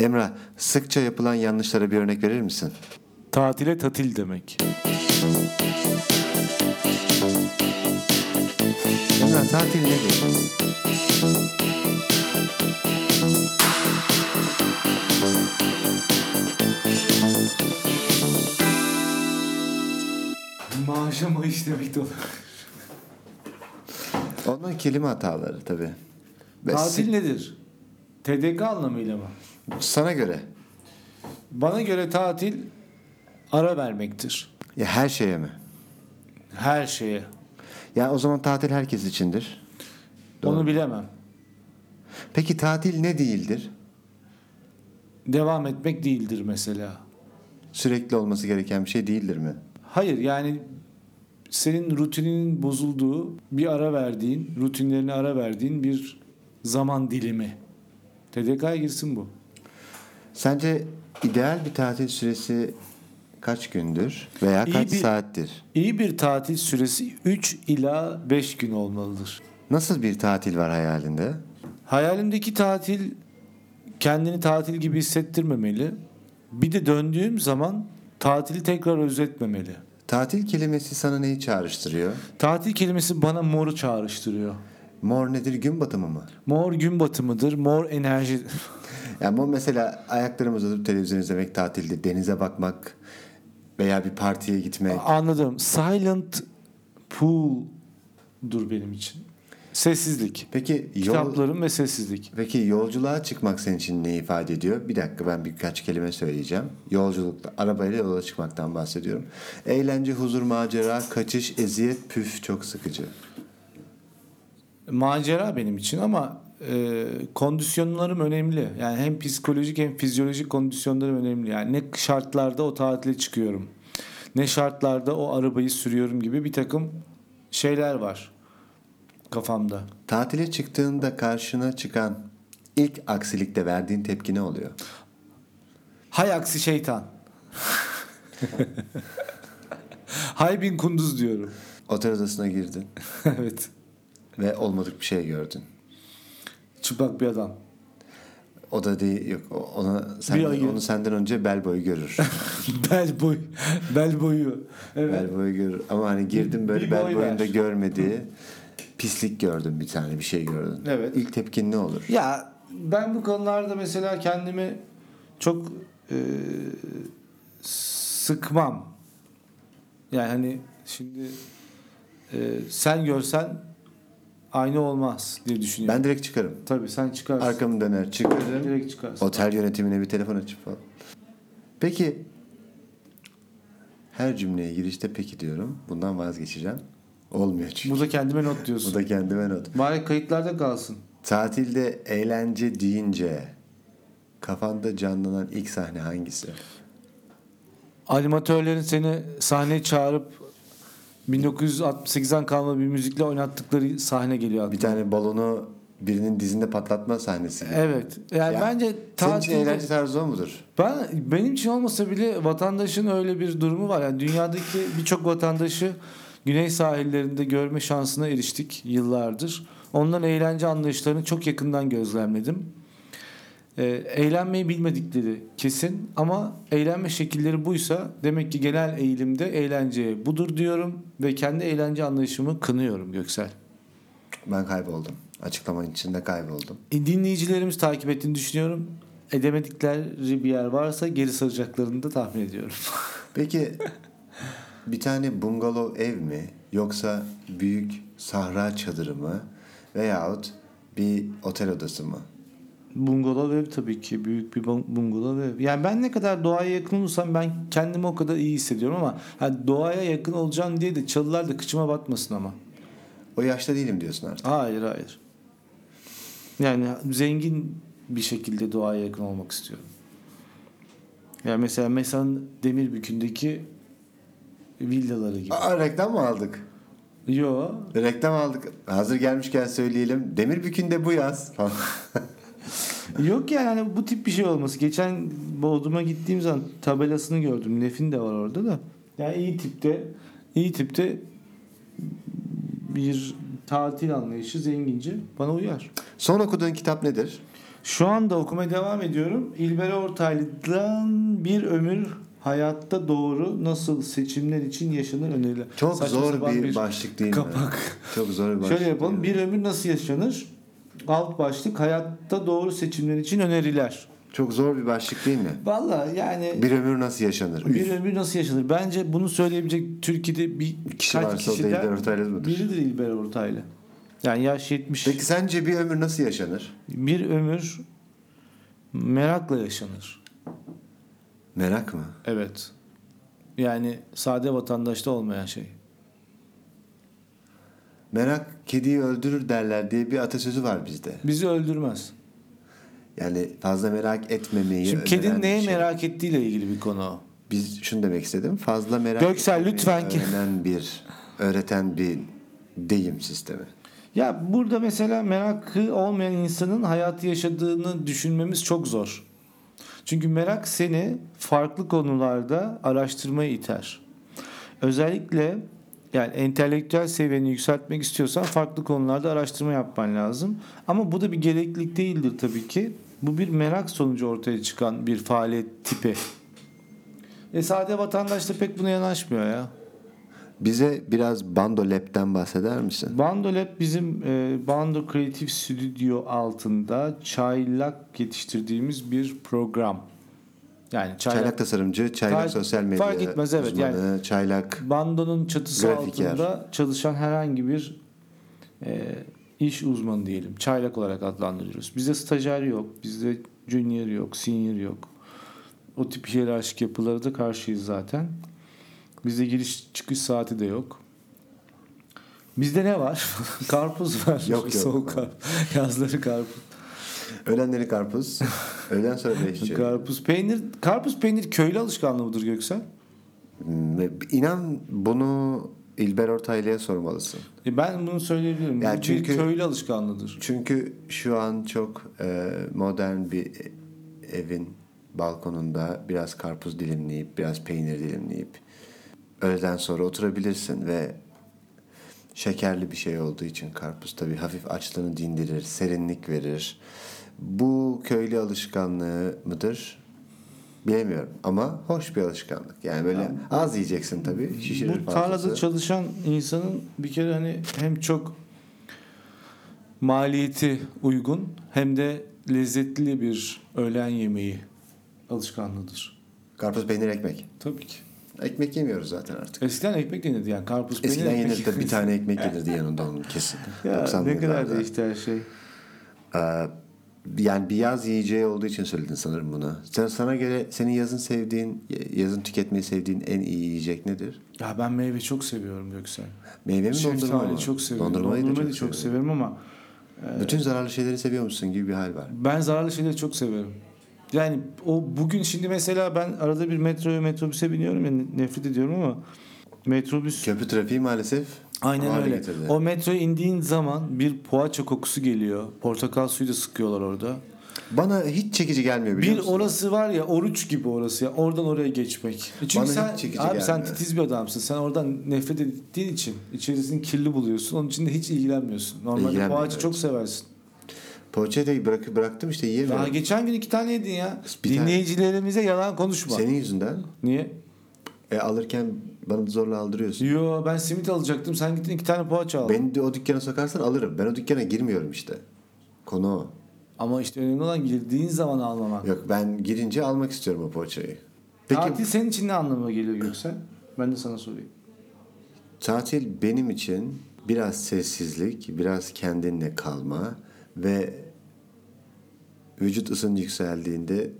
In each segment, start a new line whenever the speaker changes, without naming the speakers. Emrah, sıkça yapılan yanlışlara bir örnek verir misin?
Tatile tatil demek.
Emrah, tatil nedir?
Maaşa maaş demek de olur.
Onlar kelime hataları tabii. Ve
Tatil nedir? TDK anlamıyla mı?
sık- sana göre.
Bana göre tatil ara vermektir.
Ya her şeye mi?
Her şeye.
Ya o zaman tatil herkes içindir.
Onu bilemem.
Peki tatil ne değildir?
Devam etmek değildir mesela.
Sürekli olması gereken bir şey değildir mi?
Hayır yani senin rutininin bozulduğu, bir ara verdiğin, rutinlerine ara verdiğin bir zaman dilimi. TDK'ya girsin bu.
Sence ideal bir tatil süresi kaç gündür veya
İyi
kaç
bir-
saattir?
İyi bir tatil süresi 3 ila 5 gün olmalıdır.
Nasıl bir tatil var hayalinde?
Hayalimdeki tatil kendini tatil gibi hissettirmemeli. Bir de döndüğüm zaman tatili tekrar özetmemeli.
Tatil kelimesi sana neyi çağrıştırıyor?
Tatil kelimesi bana moru çağrıştırıyor.
Mor nedir gün batımı mı?
Mor gün batımıdır, mor enerji.
Yani bu mesela ayaklarımızı uzatıp televizyon izlemek tatilde, denize bakmak veya bir partiye gitmek.
Anladım. Silent pool'dur benim için. Sessizlik.
Peki yol,
Kitaplarım ve sessizlik.
Peki yolculuğa çıkmak senin için ne ifade ediyor? Bir dakika ben birkaç kelime söyleyeceğim. Yolculukta arabayla yola çıkmaktan bahsediyorum. Eğlence, huzur, macera, kaçış, eziyet, püf çok sıkıcı.
Macera benim için ama e, kondisyonlarım önemli. Yani hem psikolojik hem fizyolojik kondisyonlarım önemli. Yani ne şartlarda o tatile çıkıyorum. Ne şartlarda o arabayı sürüyorum gibi bir takım şeyler var kafamda.
Tatile çıktığında karşına çıkan ilk aksilikte verdiğin tepki ne oluyor?
Hay aksi şeytan. Hay bin kunduz diyorum.
Otel odasına girdin
evet.
ve olmadık bir şey gördün.
Çıplak bir adam.
O da değil, yok o- ona senden-
ayı.
onu senden önce bel boyu görür.
bel boy. Bel boyu. Evet.
bel boyu görür ama hani girdim böyle
Bir
bel
boy
boyunda
ver.
görmediği pislik gördün bir tane bir şey gördün.
Evet.
İlk tepkin ne olur?
Ya ben bu konularda mesela kendimi çok e, sıkmam. Yani hani şimdi e, sen görsen aynı olmaz diye düşünüyorum.
Ben direkt çıkarım.
Tabii sen çıkarsın.
Arkamı döner çıkarım.
Direkt çıkarsın.
Otel yönetimine bir telefon açıp falan. Peki her cümleye girişte peki diyorum. Bundan vazgeçeceğim. Olmuyor çünkü.
Burada kendime not diyorsun.
Bu da kendime not.
Bari kayıtlarda kalsın.
Tatilde eğlence deyince kafanda canlanan ilk sahne hangisi?
Animatörlerin seni sahneye çağırıp 1968'den kalma bir müzikle oynattıkları sahne geliyor aklıma.
Bir tane balonu birinin dizinde patlatma sahnesi.
E, Evet. Yani
Ya,
bence
Senin için
tatilde-
eğlence tarzı o mudur?
Ben benim için olmasa bile vatandaşın öyle bir durumu var. Yani dünyadaki birçok vatandaşı güney sahillerinde görme şansına eriştik yıllardır. Onların eğlence anlayışlarını çok yakından gözlemledim. Ee, eğlenmeyi bilmedikleri kesin ama eğlenme şekilleri buysa demek ki genel eğilimde eğlenceye budur diyorum ve kendi eğlence anlayışımı kınıyorum Göksel.
Ben kayboldum. Açıklamanın içinde kayboldum.
E, Dinleyicilerimiz takip ettiğini düşünüyorum. Edemedikleri bir yer varsa geri saracaklarını da tahmin ediyorum.
Peki bir tane bungalov ev mi yoksa büyük sahra çadırı mı veyahut bir otel odası mı?
Bungalov ev tabii ki büyük bir bung- bungalov ev. Yani ben ne kadar doğaya yakın olursam ben kendimi o kadar iyi hissediyorum ama ha, doğaya yakın olacağım diye de çalılar da kıçıma batmasın ama.
O yaşta değilim diyorsun artık.
Hayır hayır. Yani zengin bir şekilde doğaya yakın olmak istiyorum. Yani mesela Mesan Demirbükü'ndeki villaları gibi.
Aa, reklam mı aldık?
Yo.
Reklam aldık. Hazır gelmişken söyleyelim. Demirbükü'nde bu yaz. falan.
Yok yani hani bu tip bir şey olması. Geçen Bodrum'a gittiğim zaman tabelasını gördüm. Nef'in de var orada da. Yani iyi tipte iyi tipte bir tatil anlayışı zengince bana uyar.
Son okuduğun kitap nedir?
Şu anda okumaya devam ediyorum. İlber Ortaylı'dan bir ömür hayatta doğru nasıl seçimler için yaşanır öneriler.
Çok
Saçma
zor
sapan
bir, başlık değil mi?
kapak.
Çok zor bir başlık.
Şöyle yapalım.
değil mi?
Bir ömür nasıl yaşanır? Alt başlık hayatta doğru seçimler için öneriler.
Çok zor bir başlık değil mi?
Valla yani
Bir ömür nasıl yaşanır?
bir, ömür nasıl yaşanır? Bence bunu söyleyebilecek Türkiye'de bir
Kişi varsa o da İlber Ortaylı mıdır?
biridir İlber Ortaylı. Yani yaş 70.
Peki sence bir ömür nasıl yaşanır?
Bir ömür merakla yaşanır.
Merak mı?
Evet. Yani sade vatandaşta olmayan şey.
Merak kediyi öldürür derler diye bir atasözü var bizde.
Bizi öldürmez.
Yani fazla merak etmemeyi
Şimdi
öğrenen
kedinin
bir
neye
şey.
merak ettiğiyle ilgili bir konu o.
Biz şunu demek istedim. Fazla merak
Göksel,
etmemeyi
lütfen ki-
öğrenen bir öğreten bir deyim sistemi.
Ya burada mesela merakı olmayan insanın hayatı yaşadığını düşünmemiz çok zor. Çünkü merak seni farklı konularda araştırmaya iter. Özellikle yani entelektüel seviyeni yükseltmek istiyorsan farklı konularda araştırma yapman lazım. Ama bu da bir gereklilik değildir tabii ki. Bu bir merak sonucu ortaya çıkan bir faaliyet tipi. E sade vatandaş da pek buna yanaşmıyor ya.
Bize biraz Bando Lab'den bahseder misin?
Bando Lab bizim e, Bando Creative Studio altında çaylak yetiştirdiğimiz bir program. Yani çaylak,
Çaylak, tasarımcı, çaylak
Fark-
sosyal medya
fark etmez, evet,
uzmanı, çaylak
Bando'nun çatısı
Grafiker.
altında çalışan herhangi bir e, iş uzmanı diyelim. Çaylak olarak adlandırıyoruz. Bizde stajyer yok, bizde junior yok, senior yok. O tip hiyerarşik yapılara da karşıyız zaten. Bizde giriş çıkış saati de yok. Bizde ne var? karpuz var.
Yok, yok.
Soğuk karpuz. Yazları karpuz.
öğlenleri karpuz, öğlen sonra beşçi.
Karpuz peynir. Karpuz peynir köylü alışkanlığı mıdır Göksel?
Ve İnan bunu İlber Ortaylı'ya sormalısın.
E ben bunu söyleyebilirim.
Yani
Bu
çünkü-
bir köylü alışkanlığıdır.
Çünkü şu an çok e, modern bir evin balkonunda biraz karpuz dilimleyip biraz peynir dilimleyip öğleden sonra oturabilirsin ve şekerli bir şey olduğu için karpuz tabii hafif açlığını dindirir, serinlik verir. Bu köylü alışkanlığı mıdır? Bilemiyorum ama hoş bir alışkanlık. Yani böyle az yiyeceksin tabii. Şişirir
Bu tarlada
fazlası.
çalışan insanın bir kere hani hem çok maliyeti uygun hem de lezzetli bir öğlen yemeği alışkanlığıdır.
Karpuz, peynir, ekmek.
Tabii ki.
Ekmek yemiyoruz zaten artık.
Eskiden ekmek denirdi yani karpuz peynir
Eskiden
ekmek.
yenirdi de bir tane ekmek gelirdi yanında onun kesin.
Ya,
90'lı
ne kadar
yıllarda.
değişti her şey.
Ee, yani bir yaz yiyeceği olduğu için söyledin sanırım bunu. Sen sana göre senin yazın sevdiğin, yazın tüketmeyi sevdiğin en iyi yiyecek nedir?
Ya ben meyve çok seviyorum Göksel.
Meyve mi dondurma
Şeftali
mı?
çok seviyorum.
Dondurmayı,
Dondurmayı,
da çok, seviyorum.
severim ama
Bütün zararlı şeyleri seviyormuşsun gibi bir hal var.
Ben zararlı şeyleri çok severim. Yani o bugün şimdi mesela ben arada bir metroya metrobüse biniyorum ya nefret ediyorum ama metrobüs
Köprü trafiği maalesef o
aynen
hale
öyle.
getirdi.
O metroya indiğin zaman bir poğaça kokusu geliyor. Portakal suyu da sıkıyorlar orada.
Bana hiç çekici gelmiyor biliyor
Bir
musun?
orası var ya oruç gibi orası ya oradan oraya geçmek. E Çünkü
Bana
sen
hiç
abi
çekici
sen
gelmiyor.
titiz bir adamsın. Sen oradan nefret ettiğin için içerisini kirli buluyorsun. Onun için de hiç ilgilenmiyorsun. Normalde
İlgilenmiyorum,
poğaça
evet.
çok seversin.
Poğaçayı da bırak, bıraktım işte
Daha
yiyemiyorum.
geçen gün iki tane yedin ya.
Bir tane-
Dinleyicilerimize yalan konuşma.
Senin yüzünden.
Niye?
E, alırken bana zorla aldırıyorsun.
Yo ben simit alacaktım. Sen gittin iki tane poğaça aldın.
Beni de o dükkana sokarsan alırım. Ben o dükkana girmiyorum işte. Konu o.
Ama işte önemli olan girdiğin zaman almamak.
Yok ben girince almak istiyorum o poğaçayı. Peki
Peki, Tatil senin için ne anlama geliyor Göksel? Ben de sana sorayım.
tatil benim için biraz sessizlik, biraz kendinle kalma ve vücut ısın yükseldiğinde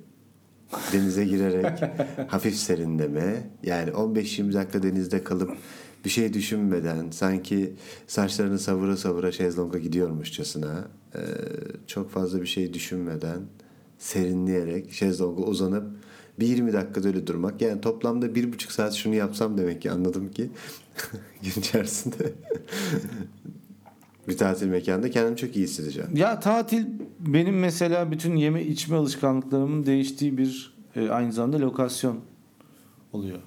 denize girerek hafif serinleme. Yani 15-20 dakika denizde kalıp bir şey düşünmeden sanki saçlarını savura savura şezlonga gidiyormuşçasına e, çok fazla bir şey düşünmeden serinleyerek şezlonga uzanıp bir 20 dakika öyle durmak. Yani toplamda bir buçuk saat şunu yapsam demek ki anladım ki gün içerisinde bir tatil mekanında kendimi çok iyi hissedeceğim.
Ya tatil benim mesela bütün yeme içme alışkanlıklarımın değiştiği bir e, aynı zamanda lokasyon oluyor.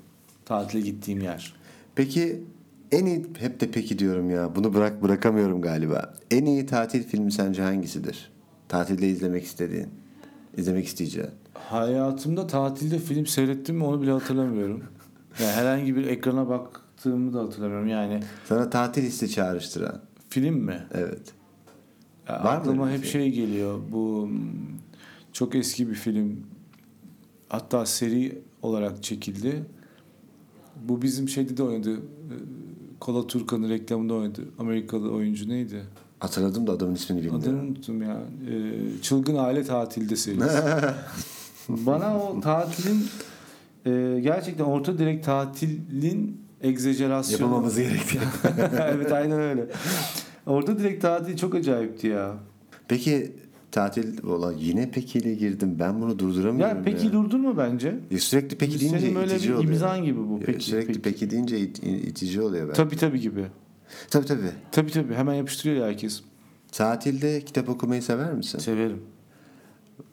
Tatile gittiğim yer.
Peki en iyi hep de peki diyorum ya. Bunu bırak bırakamıyorum galiba. En iyi tatil filmi sence hangisidir? Tatilde izlemek istediğin, izlemek isteyeceğin.
Hayatımda tatilde film seyrettim mi onu bile hatırlamıyorum. Yani herhangi bir ekrana baktığımı da hatırlamıyorum. Yani
Sana tatil hissi çağrıştıran.
film mi?
Evet.
Ya
Var mı
aklıma
öyle bir
hep
şey?
şey geliyor. Bu mm, çok eski bir film. Hatta seri olarak çekildi. Bu bizim şeyde de oynadı. e, Kola Turkan'ın reklamında oynadı. Amerikalı oyuncu neydi?
Hatırladım da adamın ismini
Adını
bilmiyorum.
unuttum ya. E, Çılgın Aile Tatilde serisi. Bana o tatilin e, gerçekten orta direkt tatilin egzajerasyonu.
Yapamamız gerekti.
evet aynen öyle. Orta direkt tatil çok acayipti ya.
Peki tatil olan yine pekiyle girdim. Ben bunu durduramıyorum.
Ya peki durdurma bence.
Ya sürekli peki
Senin
deyince
böyle
itici
bir
oluyor.
imzan gibi bu.
Ya
Peki,
sürekli
peki.
peki. deyince it- itici oluyor ben.
Tabii tabii gibi.
Tabii tabii.
Tabii tabii hemen yapıştırıyor ya herkes.
Tatilde kitap okumayı sever misin?
Severim.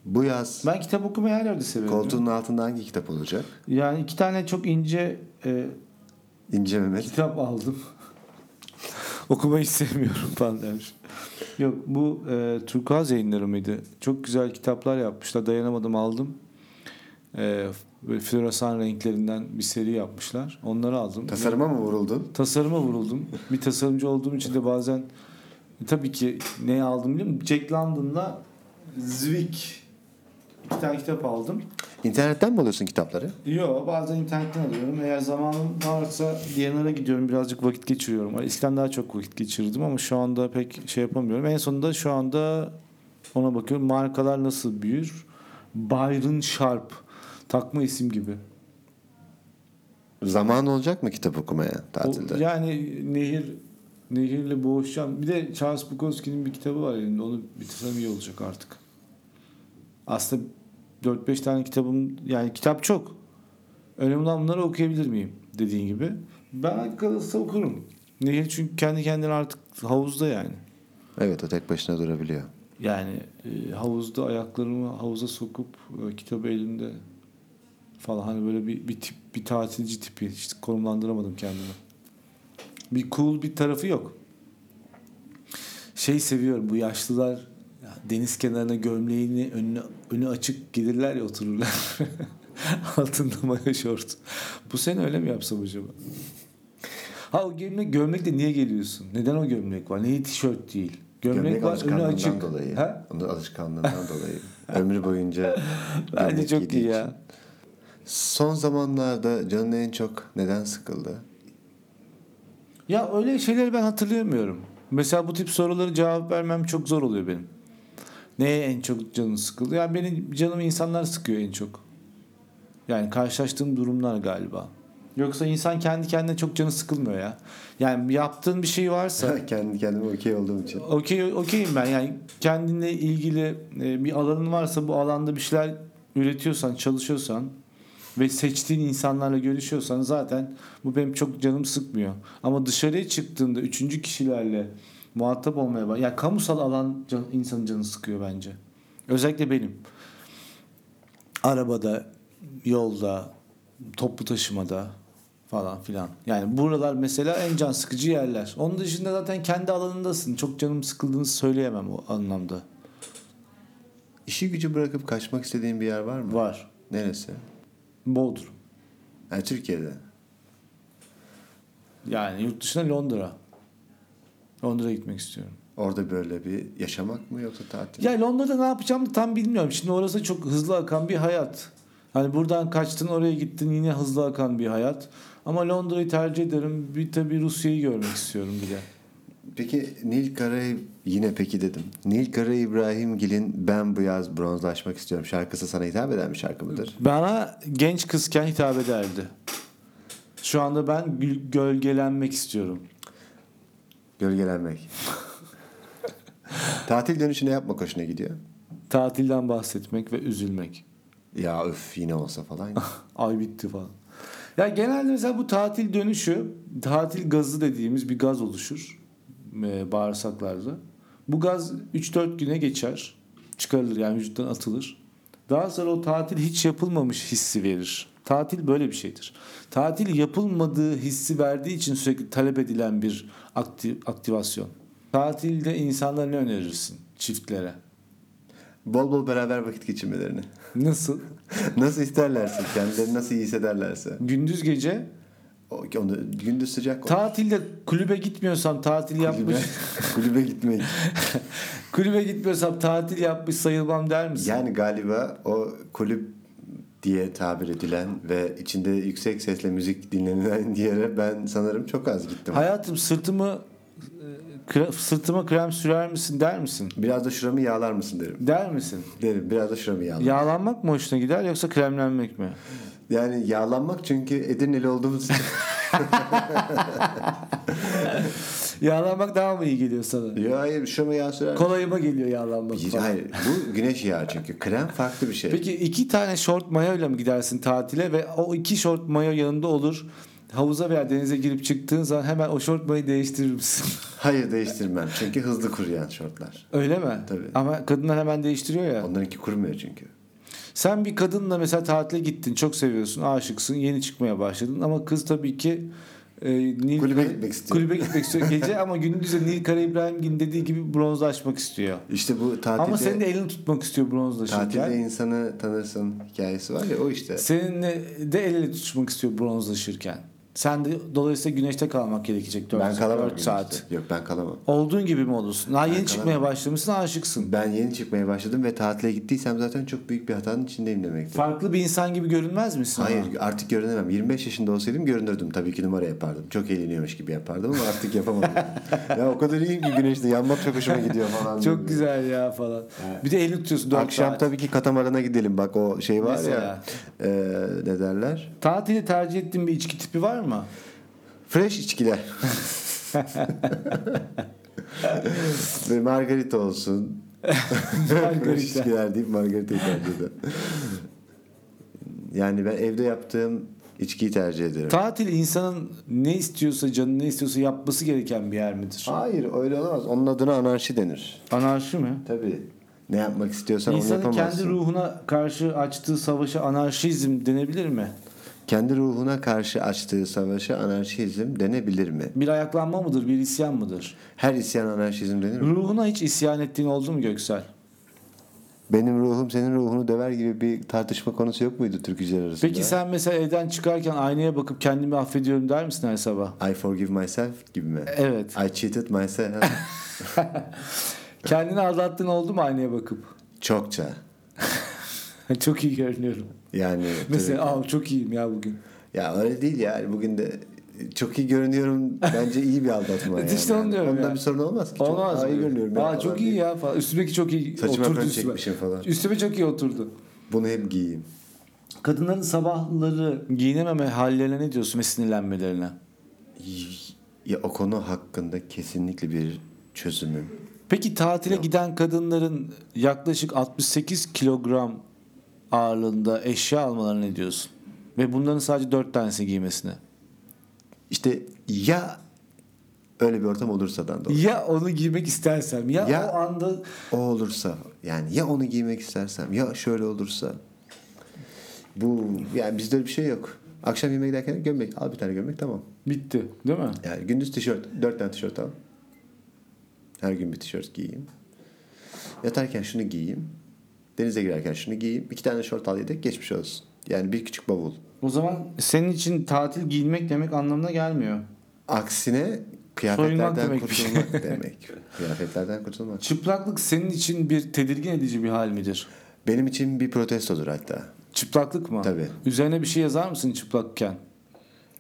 Bu yaz
Ben kitap okumayı her yerde severim.
koltuğun altında hangi kitap olacak?
Yani iki tane çok ince e,
İnce Mehmet.
kitap aldım. Okumayı sevmiyorum falan demiş. Yok bu e, Turkuaz yayınları mıydı? Çok güzel kitaplar yapmışlar. Dayanamadım aldım. E, böyle floresan renklerinden bir seri yapmışlar. Onları aldım.
Tasarıma mı vuruldun?
tasarıma vuruldum. Bir tasarımcı olduğum için de bazen e, tabii ki ne aldım biliyor musun? Jack London'la Zwick iki tane kitap aldım.
İnternetten mi alıyorsun kitapları?
Yo bazen internetten alıyorum. Eğer zamanım varsa D&R'a gidiyorum birazcık vakit geçiriyorum. Eskiden daha çok vakit geçirirdim ama şu anda pek şey yapamıyorum. En sonunda şu anda ona bakıyorum. Markalar nasıl büyür? Byron Sharp. Takma isim gibi.
Zaman olacak mı kitap okumaya
O-
tatilde?
yani nehir nehirle boğuşacağım. Bir de Charles Bukowski'nin bir kitabı var elimde. Onu bitirsem iyi olacak artık. Aslında 4-5 tane kitabım yani kitap çok. Önemli olan bunları okuyabilir miyim dediğin gibi. Ben kalırsa okurum. Nehir çünkü kendi kendine artık havuzda yani.
Evet o tek başına durabiliyor.
Yani e, havuzda ayaklarımı havuza sokup e, kitabı elimde falan hani böyle bir, bir tip bir tatilci tipi hiç konumlandıramadım kendimi. Bir cool bir tarafı yok. Şey seviyorum bu yaşlılar ya, deniz kenarına gömleğini önüne, önü açık gelirler ya otururlar. Altında mayo şort. Bu sene öyle mi yapsam acaba? Ha o gömlek gömlekle niye geliyorsun? Neden o gömlek var? Niye tişört değil? Gömlek, var önü
alışkanlığından
açık.
dolayı.
Ha?
Onun alışkanlığından dolayı. Ömrü boyunca
Bence
gömlek
çok iyi
giydiği
ya.
için. Son zamanlarda canın en çok neden sıkıldı?
Ya öyle şeyleri ben hatırlayamıyorum. Mesela bu tip soruları cevap vermem çok zor oluyor benim. Neye en çok canım sıkıldı? Ya benim canımı insanlar sıkıyor en çok. Yani karşılaştığım durumlar galiba. Yoksa insan kendi kendine çok canı sıkılmıyor ya. Yani yaptığın bir şey varsa
Kendi kendime okey olduğum için.
Okey okeyim ben yani kendinle ilgili e, bir alanın varsa bu alanda bir şeyler üretiyorsan, çalışıyorsan ve seçtiğin insanlarla görüşüyorsan zaten bu benim çok canım sıkmıyor. Ama dışarıya çıktığında üçüncü kişilerle muhatap olmaya bak. Ya kamusal alan can, insanın canı sıkıyor bence. Özellikle benim. Arabada, yolda, toplu taşımada falan filan. Yani buralar mesela en can sıkıcı yerler. Onun dışında zaten kendi alanındasın. Çok canım sıkıldığını söyleyemem o anlamda.
İşi gücü bırakıp kaçmak istediğin bir yer var mı?
Var.
Neresi?
Bodrum.
Ha, Türkiye'de.
Yani yurt dışına Londra. Londra'ya gitmek istiyorum.
Orada böyle bir yaşamak mı yoksa tatil? mi?
Ya Londra'da ne yapacağımı da tam bilmiyorum. Şimdi orası çok hızlı akan bir hayat. Hani buradan kaçtın oraya gittin yine hızlı akan bir hayat. Ama Londra'yı tercih ederim. Bir tabii Rusya'yı görmek istiyorum bir de.
Peki Nil Kara yine peki dedim. Nil Kara İbrahimgil'in Ben bu yaz bronzlaşmak istiyorum şarkısı sana hitap eden bir şarkı mıdır?
Bana genç kızken hitap ederdi. Şu anda ben gül- gölgelenmek istiyorum.
Gölgelenmek. Tatil dönüşü ne yapmak hoşuna gidiyor?
Tatilden bahsetmek ve üzülmek.
Ya öf yine olsa falan.
Ay bitti falan. Ya genelde mesela bu tatil dönüşü, tatil gazı dediğimiz bir gaz oluşur e, bağırsaklarda. Bu gaz 3-4 güne geçer. Çıkarılır yani vücuttan atılır. Daha sonra o tatil hiç yapılmamış hissi verir. Tatil böyle bir şeydir. Tatil yapılmadığı hissi verdiği için sürekli talep edilen bir akti- aktivasyon. Tatilde insanlara ne önerirsin çiftlere?
Bol bol beraber vakit geçirmelerini.
Nasıl?
nasıl isterlerse, kendileri nasıl iyi hissederlerse.
Gündüz gece
O, onu, gündüz sıcak ol.
tatilde kulübe gitmiyorsam tatil yapmış.
Kulübe, kulübe gitmek.
kulübe gitmiyorsam tatil yapmış sayılmam der misin?
Yani galiba o kulüp diye tabir edilen ve içinde yüksek sesle müzik dinlenilen yere ben sanırım çok az gittim.
Hayatım sırtımı e, kre- sırtıma krem sürer misin der misin?
Biraz da şuramı yağlar mısın derim.
Der misin?
Derim biraz da şuramı yağlar.
Yağlanmak mı hoşuna gider yoksa kremlenmek mi?
Yani yağlanmak çünkü Edirneli olduğumuz için.
Yağlanmak daha mı iyi geliyor sana?
Yo, hayır şuramı yağ sürer.
Kolayıma geliyor yağlanmak.
Hayır,
falan.
Hayır bu güneş yağı çünkü. Krem farklı bir şey.
Peki iki tane şort mayoyla mı gidersin tatile ve o iki şort mayo yanında olur. Havuza veya denize girip çıktığın zaman hemen o şort mayoyu değiştirir misin?
Hayır değiştirmem çünkü hızlı kuruyan şortlar.
Öyle mi?
Tabii.
Ama kadınlar hemen değiştiriyor ya.
Onlarınki kurumuyor çünkü.
Sen bir kadınla mesela tatile gittin, çok seviyorsun, aşıksın, yeni çıkmaya başladın ama kız tabii ki e, Nil
Kulübe gitmek istiyor.
Kulübe gitmek istiyor gece ama gündüz de Nil Kara İbrahimgil'in dediği gibi bronzlaşmak istiyor.
İşte bu tatilde,
Ama senin de elini tutmak istiyor
tatilde
bronzlaşırken.
insanı tanırsın hikayesi var ya o işte.
Seninle de el ele tutuşmak istiyor bronzlaşırken. Sen de dolayısıyla güneşte kalmak gerekecek 4,
Ben kalamam. güneşte.
saat.
Yok ben kalamam.
Olduğun gibi mi olursun? Daha yeni
kalamam.
çıkmaya başlamışsın, aşıksın.
Ben yeni çıkmaya başladım ve tatile gittiysem zaten çok büyük bir hatanın içindeyim demektir.
Farklı bir insan gibi görünmez misin?
Hayır
ama?
artık görünemem. 25 yaşında olsaydım görünürdüm. Tabii ki numara yapardım. Çok eğleniyormuş gibi yapardım ama artık yapamadım. ya o kadar iyiyim ki güneşte yanmak çok hoşuma gidiyor falan.
Çok güzel ya falan. Bir de elini tutuyorsun 4
Akşam
saat.
tabii ki katamarana gidelim. Bak o şey var
Mesela.
ya. E, ne derler?
Tatili tercih ettiğin bir içki tipi var mı?
Fresh içkiler. Ve margarita olsun. Fresh içkiler deyip margaritayı tercih ederim. Yani ben evde yaptığım içkiyi tercih ederim.
Tatil insanın ne istiyorsa, canı ne istiyorsa yapması gereken bir yer midir?
Hayır öyle olamaz. Onun adına anarşi denir.
Anarşi mi?
Tabii. Ne yapmak istiyorsan onu
İnsanın
yapamazsın.
kendi
Kendi,
ruhuna karşı açtığı savaşa anarşizm denebilir mi?
ruhuna karşı açtığı savaşa anarşizm denebilir mi?
Bir ayaklanma mıdır, bir isyan mıdır?
Her isyan anarşizm denir mi?
Ruhuna hiç isyan ettiğin oldu mu Göksel?
Benim ruhum senin ruhunu döver gibi bir tartışma konusu yok muydu türkücüler arasında?
Peki sen mesela evden çıkarken aynaya bakıp kendimi affediyorum der misin her sabah?
I forgive myself gibi mi?
Evet.
I cheated myself.
Kendini aldattığın oldu mu aynaya bakıp?
Çokça.
çok iyi görünüyorum.
Yani tabii-
Mesela "Aa, çok iyiyim ya bugün.
ya öyle değil ya. Bugün de çok iyi görünüyorum. Bence iyi bir aldatma yani.
İşte onu diyorum
Ondan
ya.
bir sorun olmaz ki.
Olmaz.
çok daha iyi görünüyorum. ben
Aa, çok
falan
iyi
diye.
ya falan. Üstümdeki çok iyi
Saçıma
oturdu
fön
üstüme.
çekmişim falan.
Üstüme çok iyi oturdu.
Bunu hep giyeyim.
Kadınların sabahları giyinememe hallerine ne diyorsun ve sinirlenmelerine?
Ya o konu hakkında kesinlikle bir çözümüm.
Peki tatile giden kadınların yaklaşık 68 kilogram ağırlığında eşya almalarına ne diyorsun? Ve bunların sadece 4 tanesi giymesine.
İşte ya öyle bir ortam olursadan dolayı.
Ya onu giymek istersem ya,
Ya-
o anda
O olursa yani ya onu giymek istersem ya şöyle olursa. Bu yani bizde öyle bir şey yok. Akşam yemeğe giderken gömlek al bir tane gömlek tamam.
bitti değil mi?
Yani gündüz tişört, dört tane tişört al. Her gün bir tişört giyeyim. Yatarken şunu giyeyim. Denize girerken şunu giyeyim. İki tane şort al yedek geçmiş olsun. Yani bir küçük bavul.
O zaman senin için tatil giyinmek demek anlamına gelmiyor.
Aksine
Soyunmak
kıyafetlerden
demek. şey.
kurtulmak demek. Kıyafetlerden kurtulmak.
Çıplaklık senin için bir tedirgin edici bir hal midir?
Benim için bir protestodur hatta.
Çıplaklık mı?
Tabii.
Üzerine bir şey yazar mısın çıplakken?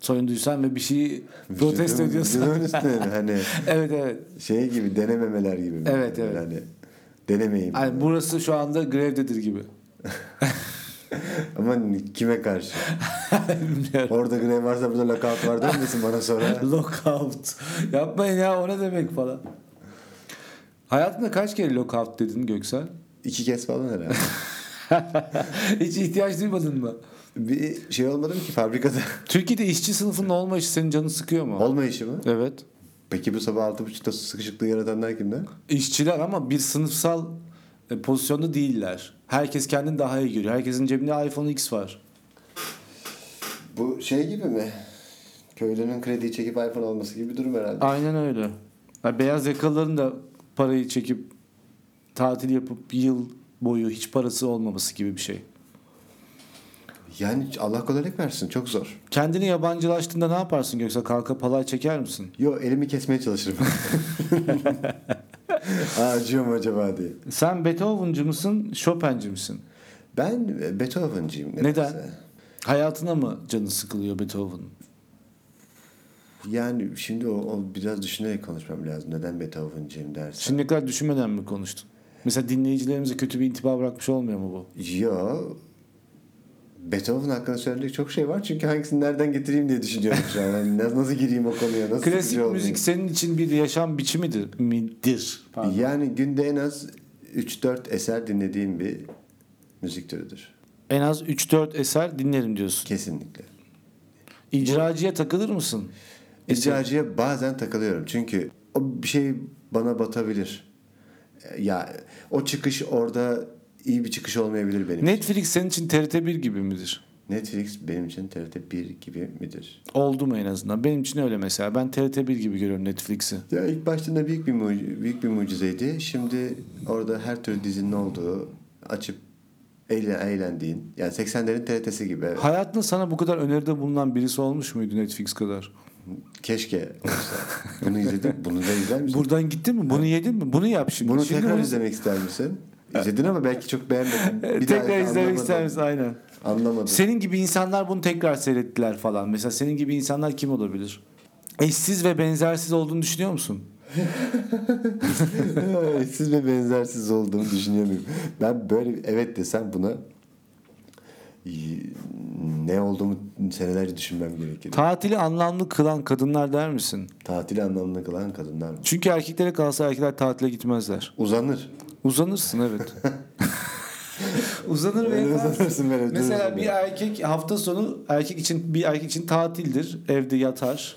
Soyunduysan ve bir şeyi
şey
protesto
Vücudum-
ediyorsan.
vücudumun üstüne mi? hani
evet evet.
şey gibi denememeler gibi. mi?
Evet, evet.
Hani denemeyin.
Yani burası şu anda grevdedir gibi.
Ama kime karşı?
Bilmiyorum.
Orada grev varsa burada lockout var demesin bana sonra.
lockout. Yapmayın ya o ne demek falan. Hayatında kaç kere lockout dedin Göksel?
İki kez falan herhalde.
Hiç ihtiyaç duymadın mı?
Bir şey olmadım ki fabrikada.
Türkiye'de işçi sınıfının olmayışı senin canını sıkıyor mu?
Olma işi mi?
Evet.
Peki bu sabah altı buçukta sıkışıklığı yaratanlar kimler?
İşçiler ama bir sınıfsal e, pozisyonda değiller. Herkes kendini daha iyi görüyor. Herkesin cebinde iPhone X var.
Bu şey gibi mi? Köylünün krediyi çekip iPhone alması gibi bir durum herhalde.
Aynen öyle. Ya beyaz yakalıların da parayı çekip tatil yapıp yıl boyu hiç parası olmaması gibi bir şey.
Yani Allah kolaylık versin çok zor.
Kendini yabancılaştığında ne yaparsın Göksel? Kalka palay çeker misin?
Yo elimi kesmeye çalışırım. Aa, acıyor mu acaba diye.
Sen Beethoven'cı mısın, Chopin'ci misin?
Ben Beethoven'cıyım.
Neden?
nedense.
Hayatına mı canı sıkılıyor Beethoven'ın?
Yani şimdi o, o biraz düşünerek konuşmam lazım. Neden Beethoven'cıyım dersen.
Şimdiye kadar düşünmeden mi konuştun? Mesela dinleyicilerimize kötü bir intiba bırakmış olmuyor mu bu?
Yo. Beethoven hakkında söyleyecek çok şey var. Çünkü hangisini nereden getireyim diye düşünüyorum şu an. Hani nasıl, nasıl gireyim o konuya? Nasıl
Klasik
sıkıcı olmayayım?
müzik senin için bir yaşam biçimidir. Midir? Pardon.
Yani günde en az 3-4 eser dinlediğim bir müzik türüdür.
En az 3-4 eser dinlerim diyorsun.
Kesinlikle.
İcracıya takılır mısın?
İcracıya bazen takılıyorum. Çünkü o bir şey bana batabilir. E, Ya o çıkış orada iyi bir çıkış olmayabilir benim.
Netflix senin için TRT1 gibi midir?
Netflix benim için TRT 1 gibi midir?
Oldu mu en azından? Benim için öyle mesela. Ben TRT1 gibi görüyorum Netflix'i.
Ya ilk başında büyük bir mu- büyük bir mucizeydi. Şimdi orada her türlü dizinin olduğu, açıp eğlen, eğlendiğin. Yani 80'lerin TRT'si gibi.
Hayatında sana bu kadar öneride bulunan birisi olmuş muydu Netflix kadar?
Keşke olsa. Bunu izledim. Bunu da izler misin?
Buradan gittin mi? Bunu yedin mi? Bunu yap şimdi.
Bunu
Şimdi
tekrar
bunu-
izlemek ister misin? İzledin ama belki çok beğenmedin. Bir daha
tekrar
anlamadım.
izlemek ister misin? Aynen.
Anlamadım.
Senin gibi insanlar bunu tekrar seyrettiler falan. Mesela senin gibi insanlar kim olabilir? Eşsiz ve benzersiz olduğunu düşünüyor musun?
Siz ve benzersiz olduğumu düşünemiyorum. Ben böyle bir- evet desem buna y- ne olduğumu senelerce düşünmem gerekir.
Tatili anlamlı kılan kadınlar der misin?
Tatili anlamına kılan kadınlar mı?
Çünkü erkeklere kalsa erkekler tatile gitmezler.
Uzanır.
Uzanırsın evet. Uzanır ve
Öyle
yaparsın.
uzanırsın böyle.
Mesela
durursun
bir
böyle.
erkek hafta sonu erkek için bir erkek için tatildir. Evde yatar,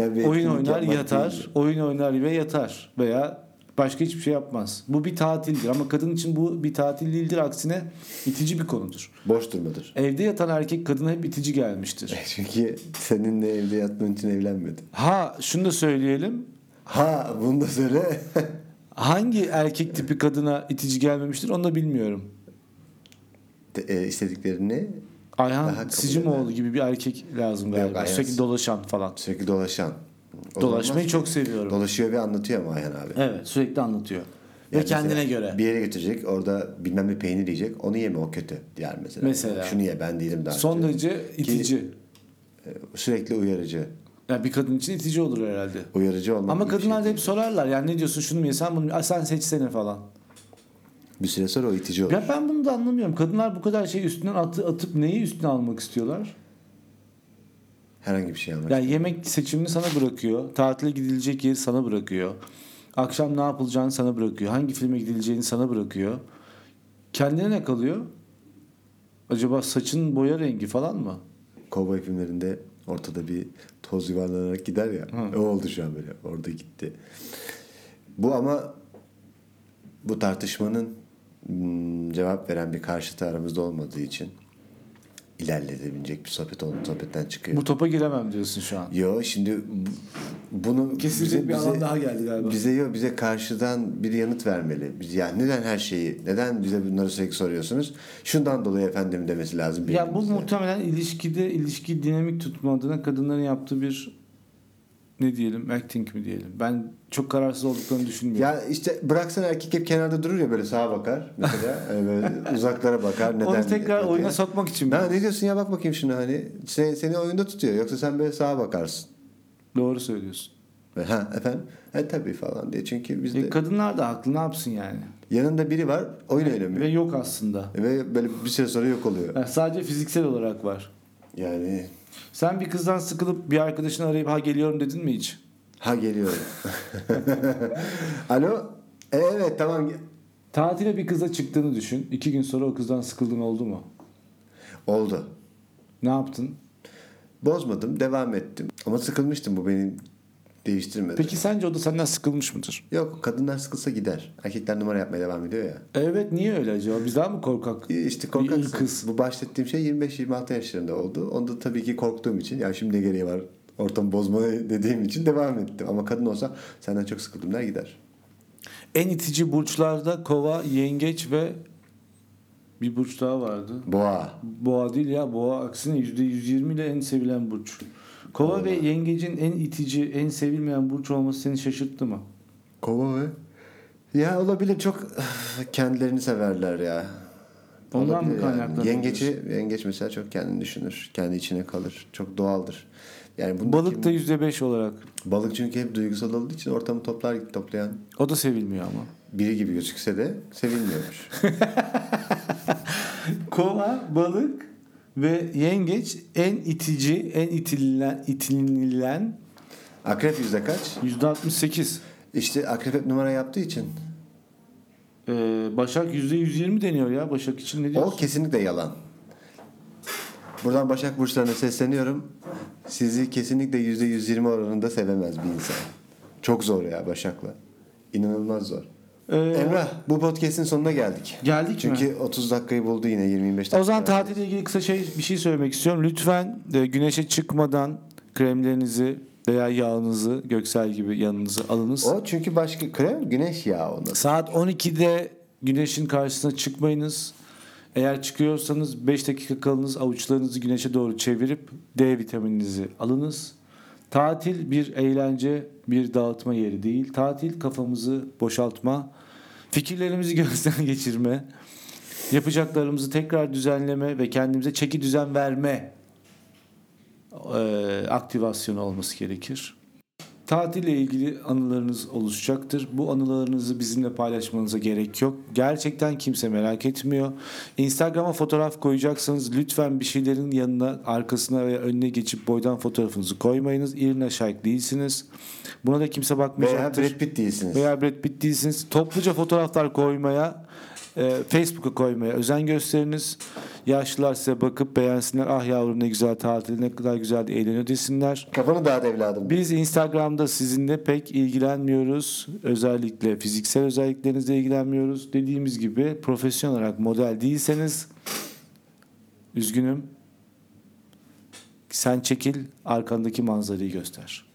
Yani bir
oyun
etkinlik
oynar,
yapmak
yatar,
değil.
oyun oynar ve yatar veya başka hiçbir şey yapmaz. Bu bir tatildir ama kadın için bu bir tatil değildir. Aksine itici bir konudur.
Boş durmadır.
Evde yatan erkek kadına hep itici gelmiştir.
Çünkü seninle evde yatman için evlenmedi.
Ha şunu da söyleyelim.
Ha bunu da söyle.
Hangi erkek tipi kadına itici gelmemiştir onu da bilmiyorum.
De- e, istediklerini Daha
Ayhan
kabul
Sicimoğlu gibi bir erkek lazım galiba.
Ayhan-
Sürekli dolaşan falan.
sürekli dolaşan. O
Dolaşmayı
olmaz.
çok seviyorum.
Dolaşıyor ve anlatıyor ama Ayhan abi.
Evet sürekli anlatıyor.
Yani
Ve kendine
mesela
göre.
Bir yere götürecek orada bilmem ne peynir yiyecek onu yeme o kötü diğer mesela.
Mesela.
Şunu ye ben değilim daha
Son
önce.
derece itici.
Sürekli uyarıcı.
Yani bir kadın için itici olur herhalde.
Uyarıcı olmak iyi
Ama
bir
kadınlar
şey
da
değil.
hep sorarlar. Yani ne diyorsun şunu mu yesen bunu mu? Ay Sen seçsene falan.
Bir süre sonra o itici olur.
Ya ben bunu da anlamıyorum. Kadınlar bu kadar şey üstünden atı, atıp neyi üstüne almak istiyorlar?
Herhangi bir şey almak.
Yani yemek seçimini sana bırakıyor. Tatile gidilecek yeri sana bırakıyor. Akşam ne yapılacağını sana bırakıyor. Hangi filme gidileceğini sana bırakıyor. Kendine ne kalıyor? Acaba saçın boya rengi falan mı?
Kovboy filmlerinde ortada bir toz yuvarlanarak gider ya. O oldu şu an böyle. Orada gitti. Bu ama bu tartışmanın hmm, cevap veren bir karşıtı aramızda olmadığı için ilerletebilecek bir sohbet oldu. Sohbetten çıkıyor.
Bu topa giremem diyorsun şu an.
Yo şimdi bu- bunu
Kesilecek
bize-
bir
bize-
alan daha geldi galiba.
Bize yok bize karşıdan bir yanıt vermeli. Biz yani neden her şeyi neden bize bunları sürekli soruyorsunuz? Şundan dolayı efendim demesi lazım.
Ya bu
birbirimize.
muhtemelen ilişkide ilişki dinamik tutma adına kadınların yaptığı bir ne diyelim acting mi diyelim. Ben çok kararsız olduklarını düşünmüyorum.
Ya işte bıraksan erkek hep kenarda durur ya böyle sağa bakar mesela Hani böyle uzaklara bakar neden?
Onu tekrar
diye.
oyuna sokmak için.
Ha, ne diyorsun ya bak bakayım şuna hani seni, seni oyunda tutuyor yoksa sen böyle sağa bakarsın.
Doğru söylüyorsun.
Böyle, Ha efendim e tabii falan diye çünkü bizde
E, kadınlar da haklı ne yapsın yani.
yanında biri var oyun oynamıyor
Ve yok aslında.
ve böyle bir süre sonra yok oluyor.
Yani sadece fiziksel olarak var.
Yani
Sen bir kızdan sıkılıp bir arkadaşını arayıp ha geliyorum dedin mi hiç?
Ha geliyorum. Alo. E, evet tamam.
Tatile bir kıza çıktığını düşün. İki gün sonra o kızdan sıkıldın oldu mu?
Oldu.
Ne yaptın?
Bozmadım devam ettim. Ama sıkılmıştım bu beni değiştirmedi.
Peki sence o da senden sıkılmış mıdır?
Yok kadınlar sıkılsa gider. Erkekler numara yapmaya devam ediyor ya.
Evet niye öyle acaba? Biz daha mı korkak?
E, İşte
Bir
korkaksın.
kız.
Bu bahsettiğim şey 25-26 yaşlarında oldu. Onda tabii ki korktuğum için ya şimdi ne gereği var ortamı bozmaya dediğim için devam ettim. Ama kadın olsa senden çok sıkıldım der gider.
En itici burçlarda kova, yengeç ve bir burç daha vardı.
Boğa.
Boğa değil ya. Boğa aksine %120 ile en sevilen burç. Kova
Boğa.
ve yengecin en itici, en sevilmeyen burç olması seni şaşırttı mı?
Kova ve ya olabilir çok kendilerini severler ya.
Ondan mı
Olabilir
kaynaklanıyor
Yengeci, yengeç mesela çok kendini düşünür. Kendi içine kalır. Çok doğaldır. Yani bunu
Balık da %5 olarak.
balık çünkü hep duygusal olduğu için ortamı toplar toplayan
O da sevilmiyor ama.
biri gibi gözükse de sevilmiyormuş.
Kova, balık ve yengeç en itici, en itililen, itililen
Akrep yüzde kaç?
%68.
İşte akrep hep numara yaptığı için.
Ee, Başak %120 deniyor ya. Başak için ne diyorsun?
O kesinlikle yalan. Buradan Başak Burçlarına sesleniyorum. Sizi kesinlikle yüzde %120 oranında sevemez bir insan. Çok zor ya Başak'la. İnanılmaz zor.
Ee,
Emrah bu podcast'in sonuna geldik.
Geldik mi?
Çünkü 30 dakikayı buldu yine 20-25 dakika.
Ozan tatille ilgili kısa şey bir şey söylemek istiyorum. Lütfen e, güneşe çıkmadan kremlerinizi veya yağınızı göksel gibi yanınıza alınız.
O çünkü başka krem güneş yağı onu.
Saat 12'de güneşin karşısına çıkmayınız. Eğer çıkıyorsanız 5 dakika kalınız avuçlarınızı güneşe doğru çevirip D vitamininizi alınız. Tatil bir eğlence, bir dağıtma yeri değil. Tatil kafamızı boşaltma, fikirlerimizi gözden geçirme, yapacaklarımızı tekrar düzenleme ve kendimize çeki düzen verme eee, aktivasyonu e, olması gerekir. Tatille ilgili anılarınız oluşacaktır. Bu anılarınızı bizimle paylaşmanıza gerek yok. Gerçekten kimse merak etmiyor. Instagram'a fotoğraf koyacaksanız lütfen bir şeylerin yanına, arkasına veya önüne geçip boydan fotoğrafınızı koymayınız. İrina Shayk değilsiniz. Buna da kimse
Veya
bakmayacaktır.
Brad Pitt değilsiniz.
Veya Brad Pitt değilsiniz. Topluca fotoğraflar koymaya, e, Facebook'a koymaya özen gösteriniz. Yaşlılar size bakıp beğensinler. Ah yavrum ne güzel tatil, ne kadar güzel eğleniyor desinler.
Kafanı dağıt evladım.
Biz Instagram'da sizinle pek ilgilenmiyoruz. Özellikle fiziksel özelliklerinizle ilgilenmiyoruz. Dediğimiz gibi profesyonel olarak model değilseniz üzgünüm. Sen çekil, arkandaki manzarayı göster.